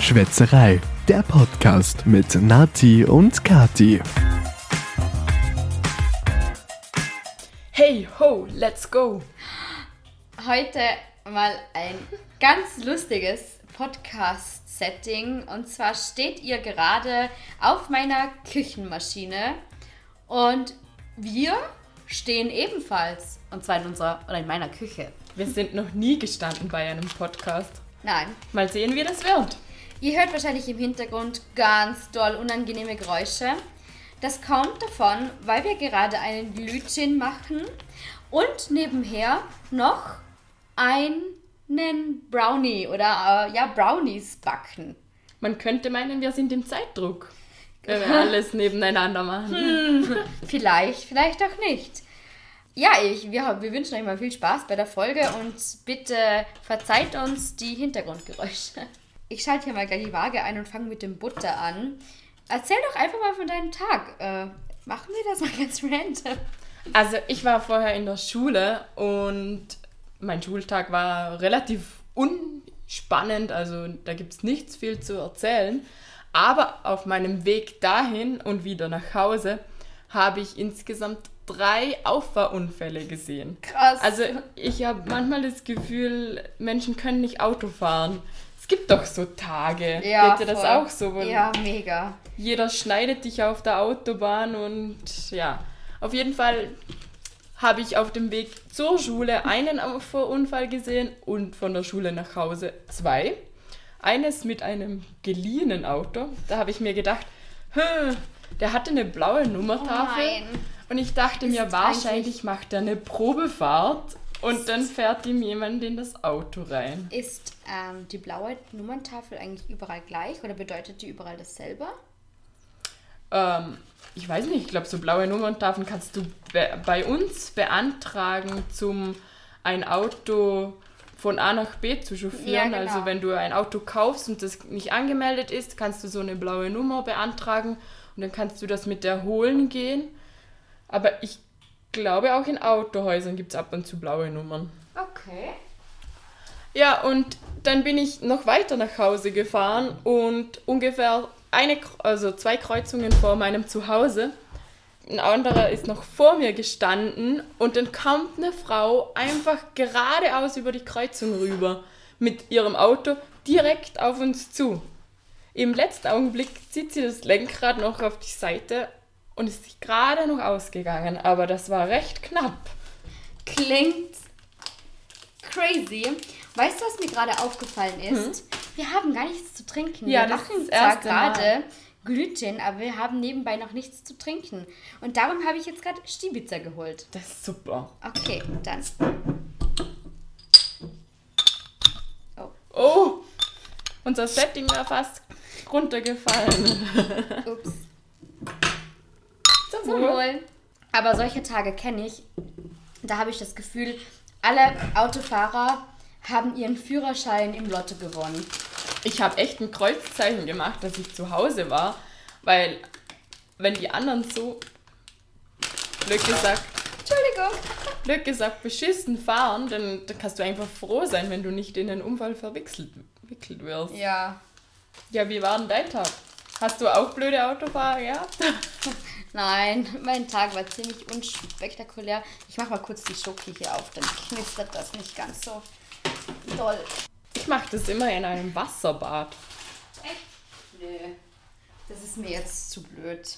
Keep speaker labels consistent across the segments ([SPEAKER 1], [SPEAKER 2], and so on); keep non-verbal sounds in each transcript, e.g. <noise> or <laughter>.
[SPEAKER 1] Schwätzerei, der Podcast mit Nati und Kati.
[SPEAKER 2] Hey ho, let's go!
[SPEAKER 3] Heute mal ein ganz lustiges Podcast-Setting. Und zwar steht ihr gerade auf meiner Küchenmaschine und wir stehen ebenfalls. Und zwar in unserer oder in meiner Küche.
[SPEAKER 2] Wir sind noch nie gestanden bei einem Podcast.
[SPEAKER 3] Nein,
[SPEAKER 2] Mal sehen, wie das wird.
[SPEAKER 3] ihr hört wahrscheinlich im Hintergrund ganz doll unangenehme Geräusche. Das kommt davon, weil wir gerade einen Glühgin machen und nebenher noch einen Brownie oder äh, ja Brownies backen.
[SPEAKER 2] Man könnte meinen, wir sind im Zeitdruck, wenn wir alles nebeneinander machen.
[SPEAKER 3] Vielleicht, vielleicht auch nicht. Ja, ich, wir, wir wünschen euch mal viel Spaß bei der Folge und bitte verzeiht uns die Hintergrundgeräusche. Ich schalte hier mal gleich die Waage ein und fange mit dem Butter an. Erzähl doch einfach mal von deinem Tag. Äh, machen wir das mal ganz random.
[SPEAKER 2] Also ich war vorher in der Schule und mein Schultag war relativ unspannend, also da gibt es nichts viel zu erzählen. Aber auf meinem Weg dahin und wieder nach Hause habe ich insgesamt drei Auffahrunfälle gesehen.
[SPEAKER 3] Krass.
[SPEAKER 2] Also ich habe manchmal das Gefühl, Menschen können nicht Auto fahren. Es gibt doch so Tage. Geht dir das
[SPEAKER 3] voll.
[SPEAKER 2] auch so? wo
[SPEAKER 3] Ja, mega.
[SPEAKER 2] Jeder schneidet dich auf der Autobahn und ja. Auf jeden Fall habe ich auf dem Weg zur Schule einen Unfall gesehen und von der Schule nach Hause zwei. Eines mit einem geliehenen Auto. Da habe ich mir gedacht, hm, der hatte eine blaue Nummertafel.
[SPEAKER 3] Oh nein.
[SPEAKER 2] Und ich dachte mir,
[SPEAKER 3] Ist
[SPEAKER 2] wahrscheinlich macht er eine Probefahrt und dann fährt ihm jemand in das Auto rein.
[SPEAKER 3] Ist ähm, die blaue Nummerntafel eigentlich überall gleich oder bedeutet die überall dasselbe?
[SPEAKER 2] Ähm, ich weiß nicht, ich glaube, so blaue Nummerntafeln kannst du be bei uns beantragen, zum ein Auto von A nach B zu chauffieren.
[SPEAKER 3] Ja, genau.
[SPEAKER 2] Also wenn du ein Auto kaufst und das nicht angemeldet ist, kannst du so eine blaue Nummer beantragen und dann kannst du das mit der holen gehen. Aber ich glaube, auch in Autohäusern gibt es ab und zu blaue Nummern.
[SPEAKER 3] Okay.
[SPEAKER 2] Ja, und dann bin ich noch weiter nach Hause gefahren und ungefähr eine, Kr- also zwei Kreuzungen vor meinem Zuhause. Ein anderer ist noch vor mir gestanden und dann kommt eine Frau einfach geradeaus über die Kreuzung rüber mit ihrem Auto direkt auf uns zu. Im letzten Augenblick zieht sie das Lenkrad noch auf die Seite und ist sich gerade noch ausgegangen, aber das war recht knapp.
[SPEAKER 3] klingt crazy. Weißt du, was mir gerade aufgefallen ist? Wir haben gar nichts zu trinken.
[SPEAKER 2] Hm? Ja,
[SPEAKER 3] wir
[SPEAKER 2] das ist
[SPEAKER 3] machen
[SPEAKER 2] das
[SPEAKER 3] zwar
[SPEAKER 2] erste Mal.
[SPEAKER 3] gerade Glüten, aber wir haben nebenbei noch nichts zu trinken. Und darum habe ich jetzt gerade Stibitzer geholt.
[SPEAKER 2] Das ist super.
[SPEAKER 3] Okay, dann.
[SPEAKER 2] Oh, unser Setting war fast runtergefallen. <laughs>
[SPEAKER 3] Ups.
[SPEAKER 2] Zum
[SPEAKER 3] Zum Wohl. Aber solche Tage kenne ich. Da habe ich das Gefühl, alle Autofahrer haben ihren Führerschein im Lotto gewonnen.
[SPEAKER 2] Ich habe echt ein Kreuzzeichen gemacht, dass ich zu Hause war, weil wenn die anderen so, blöd gesagt,
[SPEAKER 3] Entschuldigung.
[SPEAKER 2] blöd gesagt beschissen fahren, dann, dann kannst du einfach froh sein, wenn du nicht in einen Unfall verwickelt verwickelt wirst. Ja.
[SPEAKER 3] Ja.
[SPEAKER 2] wie war denn dein Tag? Hast du auch blöde Autofahrer gehabt?
[SPEAKER 3] Nein, <laughs> mein Tag war ziemlich unspektakulär. Ich mach mal kurz die Schoki hier auf, dann knistert das nicht ganz so doll.
[SPEAKER 2] Ich mache das immer in einem Wasserbad.
[SPEAKER 3] Echt? Nö. Das ist mir jetzt zu blöd.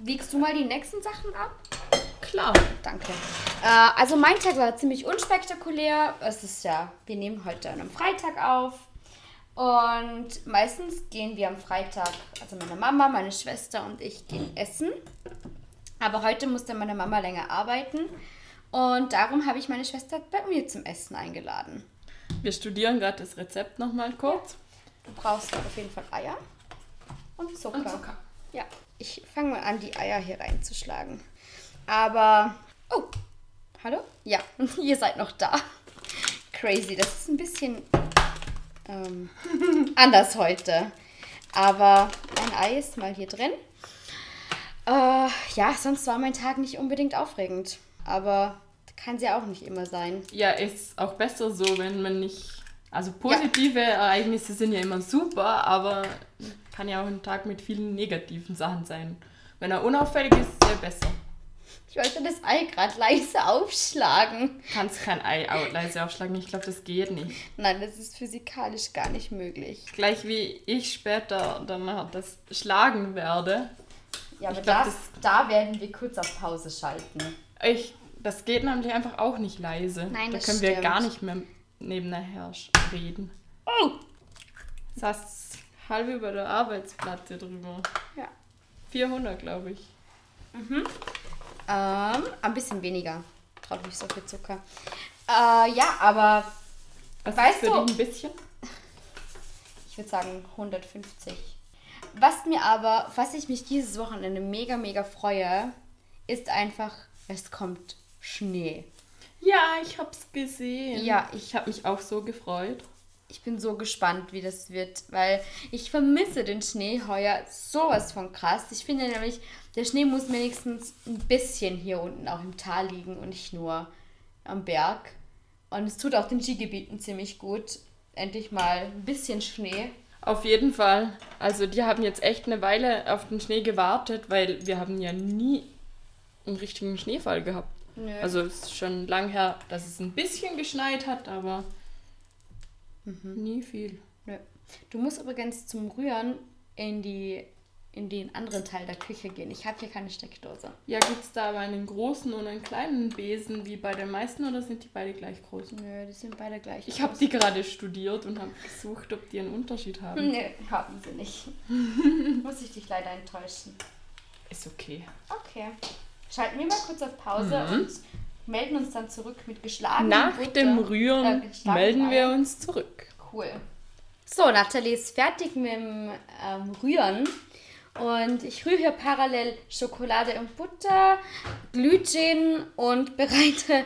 [SPEAKER 3] Wiegst du mal die nächsten Sachen ab?
[SPEAKER 2] Klar.
[SPEAKER 3] Danke. Äh, also mein Tag war ziemlich unspektakulär. Es ist ja, wir nehmen heute an einem Freitag auf. Und meistens gehen wir am Freitag, also meine Mama, meine Schwester und ich gehen essen. Aber heute musste meine Mama länger arbeiten. Und darum habe ich meine Schwester bei mir zum Essen eingeladen.
[SPEAKER 2] Wir studieren gerade das Rezept nochmal kurz.
[SPEAKER 3] Du brauchst auf jeden Fall Eier und Zucker. Ja, ich fange mal an, die Eier hier reinzuschlagen. Aber. Oh! Hallo? Ja, <laughs> ihr seid noch da. Crazy, das ist ein bisschen ähm, anders heute. Aber ein Ei ist mal hier drin. Äh, ja, sonst war mein Tag nicht unbedingt aufregend. Aber kann sie auch nicht immer sein.
[SPEAKER 2] Ja, ist auch besser so, wenn man nicht Also positive Ereignisse sind ja immer super, aber kann ja auch ein Tag mit vielen negativen Sachen sein. Wenn er unauffällig ist, ist er besser.
[SPEAKER 3] Ich wollte das Ei gerade leise aufschlagen.
[SPEAKER 2] Kannst kein Ei au- leise aufschlagen, ich glaube, das geht nicht.
[SPEAKER 3] Nein, das ist physikalisch gar nicht möglich.
[SPEAKER 2] Gleich wie ich später dann das schlagen werde.
[SPEAKER 3] Ja, aber
[SPEAKER 2] Ich glaub,
[SPEAKER 3] das, da werden wir kurz auf Pause schalten.
[SPEAKER 2] Ich, das geht nämlich einfach auch nicht leise.
[SPEAKER 3] Nein,
[SPEAKER 2] da
[SPEAKER 3] das
[SPEAKER 2] können wir
[SPEAKER 3] stimmt.
[SPEAKER 2] gar nicht mehr nebeneinander sch- reden.
[SPEAKER 3] Oh!
[SPEAKER 2] Das heißt, halb über der Arbeitsplatte drüber.
[SPEAKER 3] Ja.
[SPEAKER 2] 400, glaube ich.
[SPEAKER 3] Ähm, ein bisschen weniger. Traut mich so viel Zucker. Äh, ja, aber
[SPEAKER 2] Was
[SPEAKER 3] Weißt
[SPEAKER 2] ist für
[SPEAKER 3] du-
[SPEAKER 2] dich ein bisschen?
[SPEAKER 3] ich würde sagen 150. Was mir aber, was ich mich dieses Wochenende mega, mega freue, ist einfach, es kommt Schnee.
[SPEAKER 2] Ja, ich hab's gesehen.
[SPEAKER 3] Ja,
[SPEAKER 2] ich habe mich auch so gefreut.
[SPEAKER 3] Ich bin so gespannt, wie das wird, weil ich vermisse den Schnee heuer sowas von krass. Ich finde nämlich, der Schnee muss wenigstens ein bisschen hier unten auch im Tal liegen und nicht nur am Berg. Und es tut auch den Skigebieten ziemlich gut. Endlich mal ein bisschen Schnee.
[SPEAKER 2] Auf jeden Fall. Also die haben jetzt echt eine Weile auf den Schnee gewartet, weil wir haben ja nie einen richtigen Schneefall gehabt.
[SPEAKER 3] Nö.
[SPEAKER 2] Also es ist schon lang her, dass es ein bisschen geschneit hat, aber nie viel.
[SPEAKER 3] Nö. Du musst übrigens zum Rühren in, die, in den anderen Teil der Küche gehen. Ich habe hier keine Steckdose.
[SPEAKER 2] Ja, gibt's da aber einen großen und einen kleinen Besen wie bei den meisten oder sind die beide gleich groß?
[SPEAKER 3] Nö, die sind beide gleich.
[SPEAKER 2] Ich habe die gerade studiert und habe gesucht, ob die einen Unterschied haben.
[SPEAKER 3] Nö, haben sie nicht. <laughs> Muss ich dich leider enttäuschen.
[SPEAKER 2] Ist okay.
[SPEAKER 3] Okay. Schalten wir mal kurz auf Pause und melden uns dann zurück mit geschlagenen
[SPEAKER 2] Mhm. Nach
[SPEAKER 3] Butter.
[SPEAKER 2] dem Rühren
[SPEAKER 3] äh, geschlagenen
[SPEAKER 2] melden wir
[SPEAKER 3] Eiern.
[SPEAKER 2] uns zurück.
[SPEAKER 3] Cool. So, Nathalie ist fertig mit dem ähm, Rühren. Und ich rühre hier parallel Schokolade und Butter, Glühgin und bereite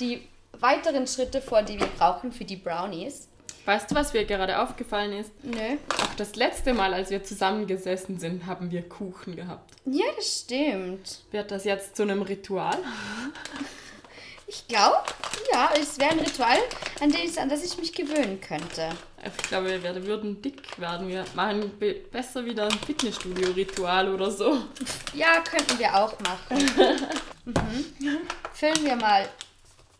[SPEAKER 3] die weiteren Schritte vor, die wir brauchen für die Brownies.
[SPEAKER 2] Weißt du, was mir gerade aufgefallen ist?
[SPEAKER 3] Nö.
[SPEAKER 2] Auch das letzte Mal, als wir zusammengesessen sind, haben wir Kuchen gehabt.
[SPEAKER 3] Ja, das stimmt.
[SPEAKER 2] Wird das jetzt zu einem Ritual?
[SPEAKER 3] Ich glaube, ja, es wäre ein Ritual, an, den ich, an das ich mich gewöhnen könnte.
[SPEAKER 2] Ich glaube, wir werden- würden dick werden. Wir machen be- besser wieder ein Fitnessstudio-Ritual oder so.
[SPEAKER 3] Ja, könnten wir auch machen. mhm. Füllen wir mal,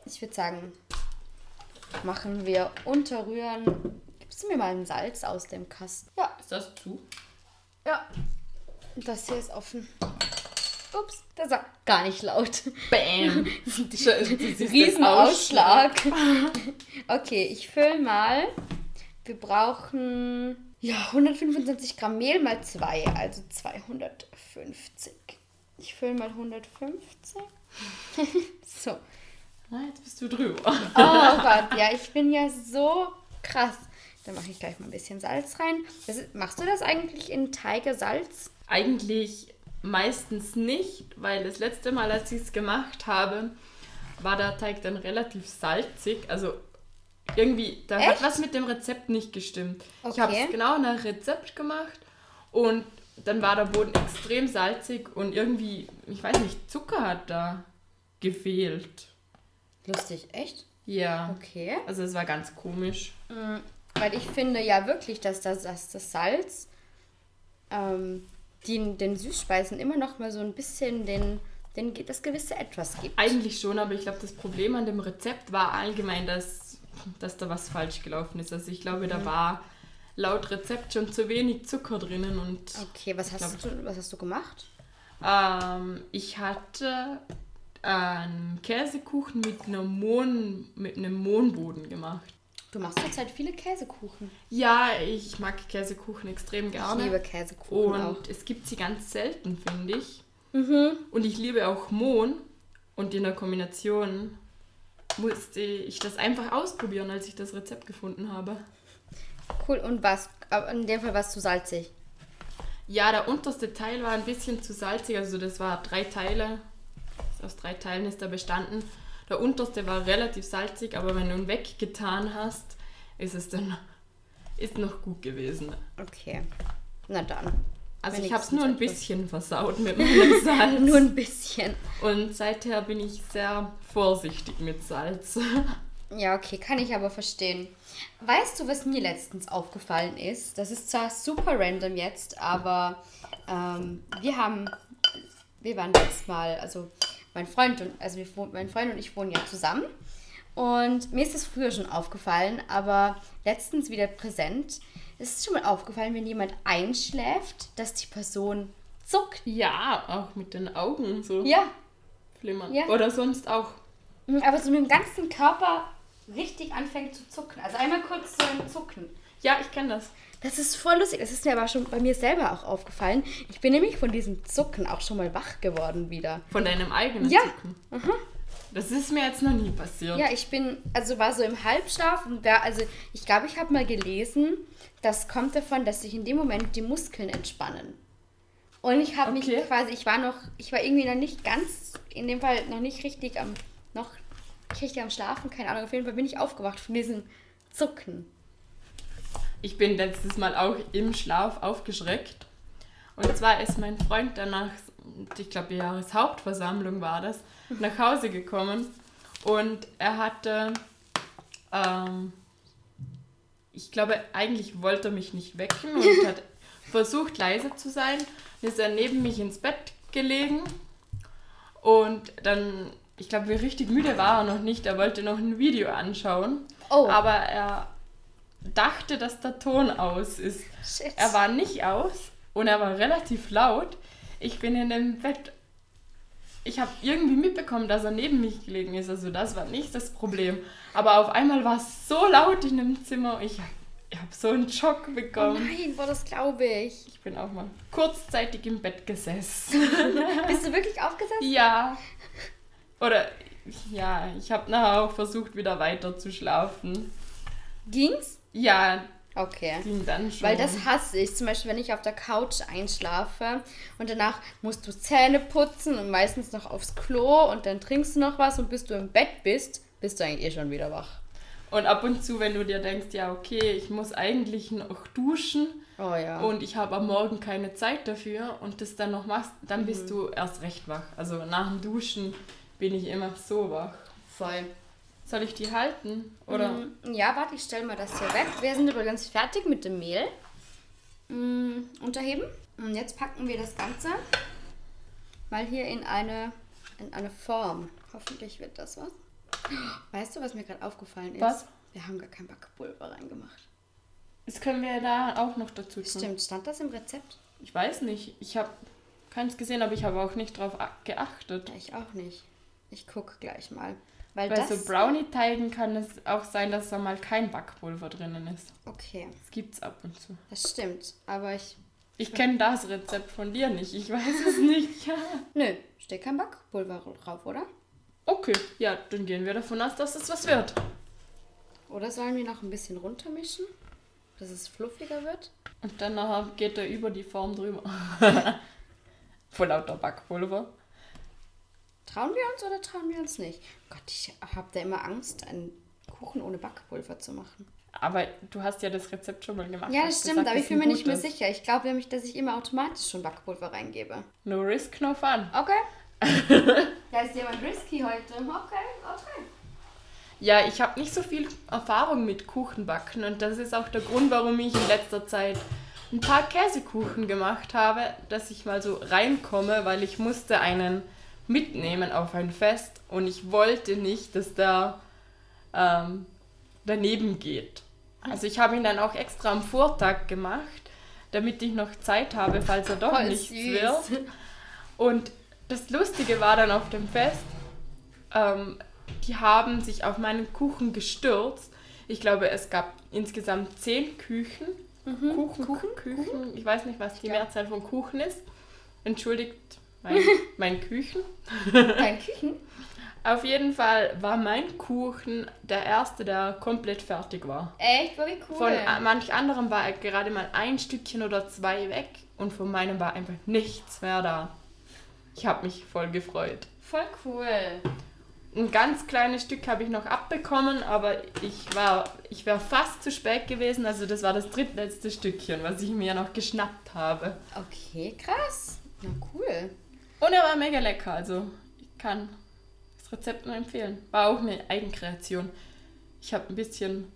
[SPEAKER 3] ich würde sagen, machen wir unterrühren. Gibst du mir mal ein Salz aus dem Kasten? Ja,
[SPEAKER 2] Ist das zu?
[SPEAKER 3] ja. Das hier ist offen. Ups, das war gar nicht laut.
[SPEAKER 2] Bam!
[SPEAKER 3] Riesenausschlag. <laughs> okay, ich fülle mal. Wir brauchen ja 125 Gramm Mehl mal 2, also 250. Ich fülle mal 150. <laughs> so.
[SPEAKER 2] Na, jetzt bist du drüber.
[SPEAKER 3] Oh Gott, ja, ich bin ja so krass. Dann mache ich gleich mal ein bisschen Salz rein. Das ist, machst du das eigentlich in Teige Salz?
[SPEAKER 2] Eigentlich meistens nicht, weil das letzte Mal, als ich es gemacht habe, war der Teig dann relativ salzig. Also irgendwie, da
[SPEAKER 3] Echt?
[SPEAKER 2] hat was mit dem Rezept nicht gestimmt. Ich habe
[SPEAKER 3] Okay.
[SPEAKER 2] es genau nach Rezept gemacht und dann war der Boden extrem salzig und irgendwie, ich weiß nicht, Zucker hat da gefehlt.
[SPEAKER 3] Lustig, echt?
[SPEAKER 2] Ja.
[SPEAKER 3] Okay.
[SPEAKER 2] Also es war ganz komisch.
[SPEAKER 3] Weil ich finde ja wirklich, dass das, dass das Salz ähm, den, den Süßspeisen immer noch mal so ein bisschen den, den, das gewisse Etwas gibt.
[SPEAKER 2] Eigentlich schon, aber ich glaube, das Problem an dem Rezept war allgemein, dass, dass da was falsch gelaufen ist. Also ich glaube,
[SPEAKER 3] Mhm.
[SPEAKER 2] da war laut Rezept schon zu wenig Zucker drinnen und
[SPEAKER 3] Okay, was hast, du, was hast du gemacht?
[SPEAKER 2] ähm, ich hatte einen Käsekuchen mit, einer Mohn, mit einem Mohnboden gemacht.
[SPEAKER 3] Du machst zurzeit viele Käsekuchen.
[SPEAKER 2] Ja, ich mag Käsekuchen extrem gerne.
[SPEAKER 3] Ich liebe Käsekuchen
[SPEAKER 2] Und
[SPEAKER 3] auch. Mhm.
[SPEAKER 2] es gibt sie ganz selten, finde ich. Und ich liebe auch Mohn. Und in der Kombination musste ich das einfach ausprobieren, als ich das Rezept gefunden habe.
[SPEAKER 3] Cool, und was? aber In dem Fall war es zu salzig.
[SPEAKER 2] Ja, der unterste Teil war ein bisschen zu salzig. Also das war drei Teile. Aus drei Teilen ist er bestanden. Der unterste war relativ salzig, aber wenn du ihn weggetan hast, ist es dann ist noch gut gewesen.
[SPEAKER 3] Okay. Na dann.
[SPEAKER 2] Also ich habe es nur ein
[SPEAKER 3] Wenigstens
[SPEAKER 2] bisschen versaut mit meinem <laughs> Salz.
[SPEAKER 3] <laughs> Nur ein bisschen.
[SPEAKER 2] Und seither bin ich sehr vorsichtig mit Salz.
[SPEAKER 3] Ja, okay, kann ich aber verstehen. Weißt du, was mir letztens aufgefallen ist? Das ist zwar super random jetzt, aber ähm, wir haben, wir waren letztes Mal, also mein Freund und, also wir, wohnen- mein Freund und ich wohnen ja zusammen. Und mir ist das früher schon aufgefallen, aber letztens wieder präsent. Es ist schon mal aufgefallen, wenn jemand einschläft, dass die Person zuckt.
[SPEAKER 2] <laughs> Ja, auch mit den Augen so
[SPEAKER 3] Ja,
[SPEAKER 2] flimmern.
[SPEAKER 3] Ja.
[SPEAKER 2] Oder sonst auch.
[SPEAKER 3] aber so mit dem ganzen Körper richtig anfängt zu zucken. Also einmal kurz so ein Zucken.
[SPEAKER 2] Ja, ich kenne das.
[SPEAKER 3] Das ist voll lustig. Das ist mir aber schon bei mir selber auch aufgefallen. Ich bin nämlich von diesem Zucken auch schon mal wach geworden wieder.
[SPEAKER 2] Von deinem eigenen
[SPEAKER 3] Ja.
[SPEAKER 2] Zucken. Das ist mir jetzt noch nie passiert.
[SPEAKER 3] Ja, ich bin, also war so im Halbschlaf und war, also ich glaube, ich habe mal gelesen, das kommt davon, dass sich in dem Moment die Muskeln entspannen. Und ich habe
[SPEAKER 2] Okay.
[SPEAKER 3] mich quasi, ich war noch, ich war irgendwie noch nicht ganz, in dem Fall noch nicht richtig am, noch nicht richtig am Schlafen, keine Ahnung, auf jeden Fall bin ich aufgewacht von diesem Zucken.
[SPEAKER 2] Ich bin letztes Mal auch im Schlaf aufgeschreckt. Und zwar ist mein Freund danach, ich glaube, die Jahreshauptversammlung war das, nach Hause gekommen. Und er hatte, ähm, ich glaube, eigentlich wollte er mich nicht wecken und hat versucht, leise zu sein. Dann ist er neben mich ins Bett gelegen. Und dann, ich glaube, wir richtig müde war er noch nicht. Er wollte noch ein Video anschauen.
[SPEAKER 3] Oh.
[SPEAKER 2] Aber er dachte, dass der Ton aus ist.
[SPEAKER 3] Shit.
[SPEAKER 2] Er war nicht aus und er war relativ laut. Ich bin in dem Bett. Ich habe irgendwie mitbekommen, dass er neben mich gelegen ist. Also das war nicht das Problem. Aber auf einmal war es so laut in dem Zimmer. Ich, hab- ich habe so einen Schock bekommen.
[SPEAKER 3] Oh Nein, boah, das
[SPEAKER 2] <laughs>
[SPEAKER 3] glaube ich.
[SPEAKER 2] Ich bin auch mal kurzzeitig im Bett gesessen. <laughs>
[SPEAKER 3] Bist du wirklich aufgesetzt?
[SPEAKER 2] ja. Oder ja, ich habe nachher auch versucht, wieder weiter zu schlafen.
[SPEAKER 3] Ging's?
[SPEAKER 2] Ja,
[SPEAKER 3] Okay.
[SPEAKER 2] ging dann schon.
[SPEAKER 3] Weil das hasse ich. Zum Beispiel, wenn ich auf der Couch einschlafe und danach musst du Zähne putzen und meistens noch aufs Klo und dann trinkst du noch was und bis du im Bett bist, bist du eigentlich eh schon wieder wach.
[SPEAKER 2] Und ab und zu, wenn du dir denkst, ja, okay, ich muss eigentlich noch duschen
[SPEAKER 3] Oh ja.
[SPEAKER 2] und ich habe am Morgen keine Zeit dafür und das dann noch machst, dann
[SPEAKER 3] Mhm.
[SPEAKER 2] bist du erst recht wach. Also nach dem Duschen bin ich immer so wach.
[SPEAKER 3] voll.
[SPEAKER 2] Soll ich die halten? Oder?
[SPEAKER 3] Mhm. Ja, warte, ich stelle mal das hier weg. Wir sind übrigens fertig mit dem Mehl. Mm, unterheben. Und jetzt packen wir das Ganze mal hier in eine, in eine Form. Hoffentlich wird das was. Weißt du, was mir gerade aufgefallen ist?
[SPEAKER 2] Was?
[SPEAKER 3] Wir haben gar kein Backpulver reingemacht.
[SPEAKER 2] Das können wir da auch noch dazu tun.
[SPEAKER 3] Stimmt, stand das im Rezept?
[SPEAKER 2] Ich weiß nicht. Ich habe keins gesehen, aber ich habe auch nicht drauf a- geachtet.
[SPEAKER 3] Ja, ich auch nicht. Ich gucke gleich mal. Weil
[SPEAKER 2] Bei
[SPEAKER 3] das...
[SPEAKER 2] so Brownie-Teigen kann es auch sein, dass da mal kein Backpulver drinnen ist.
[SPEAKER 3] okay,
[SPEAKER 2] Das gibt's ab und zu.
[SPEAKER 3] das stimmt. Aber ich...
[SPEAKER 2] Ich kenne das Rezept von dir nicht. Ich weiß es
[SPEAKER 3] <laughs>
[SPEAKER 2] nicht. <laughs>
[SPEAKER 3] Nö, steht kein Backpulver drauf, oder?
[SPEAKER 2] Okay, ja, dann gehen wir davon aus, dass es was wird.
[SPEAKER 3] Oder sollen wir noch ein bisschen runtermischen, dass es fluffiger wird?
[SPEAKER 2] Und dann nachher geht er über die Form drüber. <laughs> Vor lauter Backpulver.
[SPEAKER 3] Trauen wir uns oder trauen wir uns nicht? Gott, ich habe da immer Angst, einen Kuchen ohne Backpulver zu machen.
[SPEAKER 2] Aber du hast ja das Rezept schon mal gemacht.
[SPEAKER 3] ja,
[SPEAKER 2] hast
[SPEAKER 3] das stimmt,
[SPEAKER 2] gesagt,
[SPEAKER 3] aber ich
[SPEAKER 2] es
[SPEAKER 3] bin mir
[SPEAKER 2] ein
[SPEAKER 3] nicht mehr
[SPEAKER 2] gutes.
[SPEAKER 3] sicher. Ich glaube nämlich, dass ich immer automatisch schon Backpulver reingebe.
[SPEAKER 2] No risk, no fun.
[SPEAKER 3] Okay. <laughs> da ist jemand risky heute. Okay, okay.
[SPEAKER 2] Ja, ich habe nicht so viel Erfahrung mit Kuchenbacken und das ist auch der Grund, warum ich in letzter Zeit ein paar Käsekuchen gemacht habe, dass ich mal so reinkomme, weil ich musste einen mitnehmen auf ein Fest und ich wollte nicht, dass der ähm, daneben geht. Also ich habe ihn dann auch extra am Vortag gemacht, damit ich noch Zeit habe, falls er doch
[SPEAKER 3] Voll
[SPEAKER 2] nichts
[SPEAKER 3] Oh, süß.
[SPEAKER 2] wird. Und das Lustige war dann auf dem Fest, ähm, die haben sich auf meinen Kuchen gestürzt. Ich glaube, es gab insgesamt zehn Küchen. Kuchen, Mhm. Kuchen, Küchen. Ich weiß nicht, was die
[SPEAKER 3] glaub-
[SPEAKER 2] Mehrzahl von Kuchen ist. Entschuldigt <laughs> mein, mein Küchen.
[SPEAKER 3] Dein Küchen?
[SPEAKER 2] Auf jeden Fall war mein Kuchen der erste, der komplett fertig war.
[SPEAKER 3] Echt, war wie cool.
[SPEAKER 2] Von a- manch anderem war gerade mal ein Stückchen oder zwei weg und von meinem war einfach nichts mehr da. Ich habe mich voll gefreut.
[SPEAKER 3] Voll cool.
[SPEAKER 2] Ein ganz kleines Stück habe ich noch abbekommen, aber ich war, ich wäre fast zu spät gewesen. Also das war das drittletzte Stückchen, was ich mir noch geschnappt habe.
[SPEAKER 3] Okay, krass. Na cool.
[SPEAKER 2] Und er war mega lecker, also ich kann das Rezept nur empfehlen. War auch eine Eigenkreation. Ich habe ein bisschen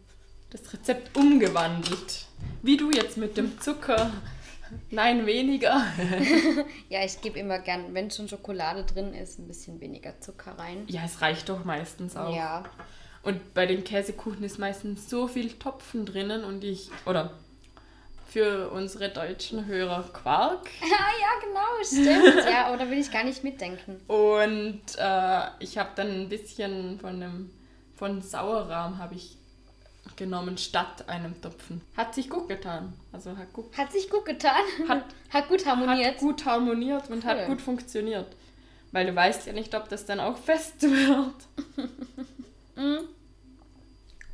[SPEAKER 2] das Rezept umgewandelt. Wie du jetzt mit dem Zucker. Nein, weniger.
[SPEAKER 3] Ja, ich gebe immer gern, wenn schon Schokolade drin ist, ein bisschen weniger Zucker rein.
[SPEAKER 2] Ja, es reicht doch meistens auch.
[SPEAKER 3] Ja, <laughs>
[SPEAKER 2] Und bei den Käsekuchen ist meistens so viel Topfen drinnen und ich, oder für unsere deutschen Hörer Quark.
[SPEAKER 3] Ah ja, genau, stimmt. Ja, aber da will ich gar nicht mitdenken.
[SPEAKER 2] Und äh, ich habe dann ein bisschen von dem von Sauerrahm habe ich genommen statt einem Topfen. Hat sich gut getan. Also hat gut,
[SPEAKER 3] Hat sich gut getan.
[SPEAKER 2] Hat-
[SPEAKER 3] hat gut harmoniert.
[SPEAKER 2] hat gut harmoniert und
[SPEAKER 3] Cool.
[SPEAKER 2] hat gut funktioniert. Weil du weißt ja nicht, ob das dann auch <laughs> fest wird.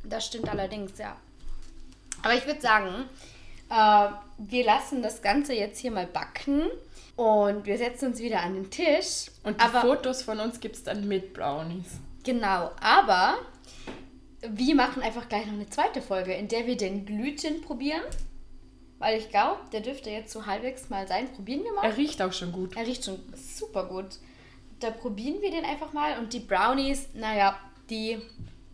[SPEAKER 3] Das stimmt allerdings, ja. Aber ich würde sagen, äh, wir lassen das Ganze jetzt hier mal backen und wir setzen uns wieder an den Tisch.
[SPEAKER 2] Und die
[SPEAKER 3] aber
[SPEAKER 2] Fotos von uns gibt es dann mit Brownies.
[SPEAKER 3] genau, aber wir machen einfach gleich noch eine zweite Folge, in der wir den Glüten probieren. Weil ich glaube, der dürfte jetzt so halbwegs mal sein. Probieren wir mal.
[SPEAKER 2] Er riecht auch schon gut.
[SPEAKER 3] Er riecht schon super gut. Da probieren wir den einfach mal. Und die Brownies, naja, die,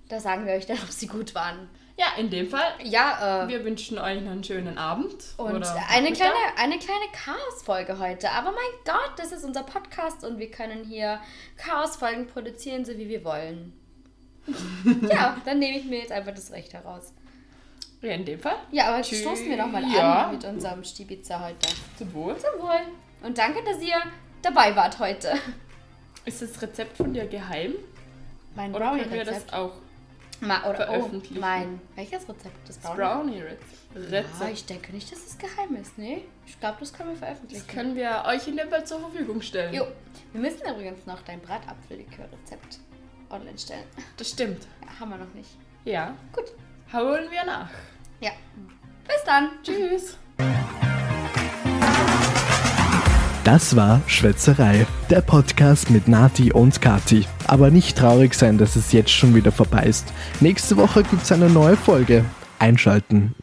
[SPEAKER 3] da sagen wir euch dann, ob sie gut waren.
[SPEAKER 2] Ja, in dem Fall.
[SPEAKER 3] Ja, äh,
[SPEAKER 2] Wir wünschen euch noch einen schönen Abend.
[SPEAKER 3] und
[SPEAKER 2] oder
[SPEAKER 3] eine
[SPEAKER 2] Nachmittag.
[SPEAKER 3] kleine, eine kleine Chaos-Folge heute. Aber mein Gott, das ist unser Podcast und wir können hier Chaos-Folgen produzieren, so wie wir wollen.
[SPEAKER 2] <laughs>
[SPEAKER 3] ja, dann nehme ich mir jetzt einfach das Recht heraus.
[SPEAKER 2] Ja, in dem Fall.
[SPEAKER 3] Ja, aber
[SPEAKER 2] Tschüss.
[SPEAKER 3] stoßen wir doch mal
[SPEAKER 2] Ja.
[SPEAKER 3] an mit unserem Stibitzer heute.
[SPEAKER 2] Zum Wohl.
[SPEAKER 3] Zum Wohl. Und danke, dass ihr dabei wart heute.
[SPEAKER 2] Ist das Rezept von dir geheim?
[SPEAKER 3] Mein
[SPEAKER 2] Oder können wir
[SPEAKER 3] Brownie-Rezept.
[SPEAKER 2] das auch?
[SPEAKER 3] Ma oder
[SPEAKER 2] veröffentlichen.
[SPEAKER 3] Oh, mein, welches Rezept? Das
[SPEAKER 2] Das
[SPEAKER 3] Brownie?
[SPEAKER 2] Brownie-Rezept.
[SPEAKER 3] Ah, ich denke nicht, dass es geheim ist. Nee, ich glaube, das können wir veröffentlichen.
[SPEAKER 2] das können wir euch in der Welt zur Verfügung stellen.
[SPEAKER 3] jo. Wir müssen übrigens noch dein Bratapfellikör-Rezept online stellen. <laughs>
[SPEAKER 2] Das stimmt.
[SPEAKER 3] Ja, haben wir noch nicht.
[SPEAKER 2] Ja,
[SPEAKER 3] Gut.
[SPEAKER 2] hauen wir nach.
[SPEAKER 3] Ja. Bis dann.
[SPEAKER 2] Tschüss.
[SPEAKER 1] Das war Schwätzerei, der Podcast mit Nati und Kati. Aber nicht traurig sein, dass es jetzt schon wieder vorbei ist. Nächste Woche gibt's eine neue Folge. Einschalten.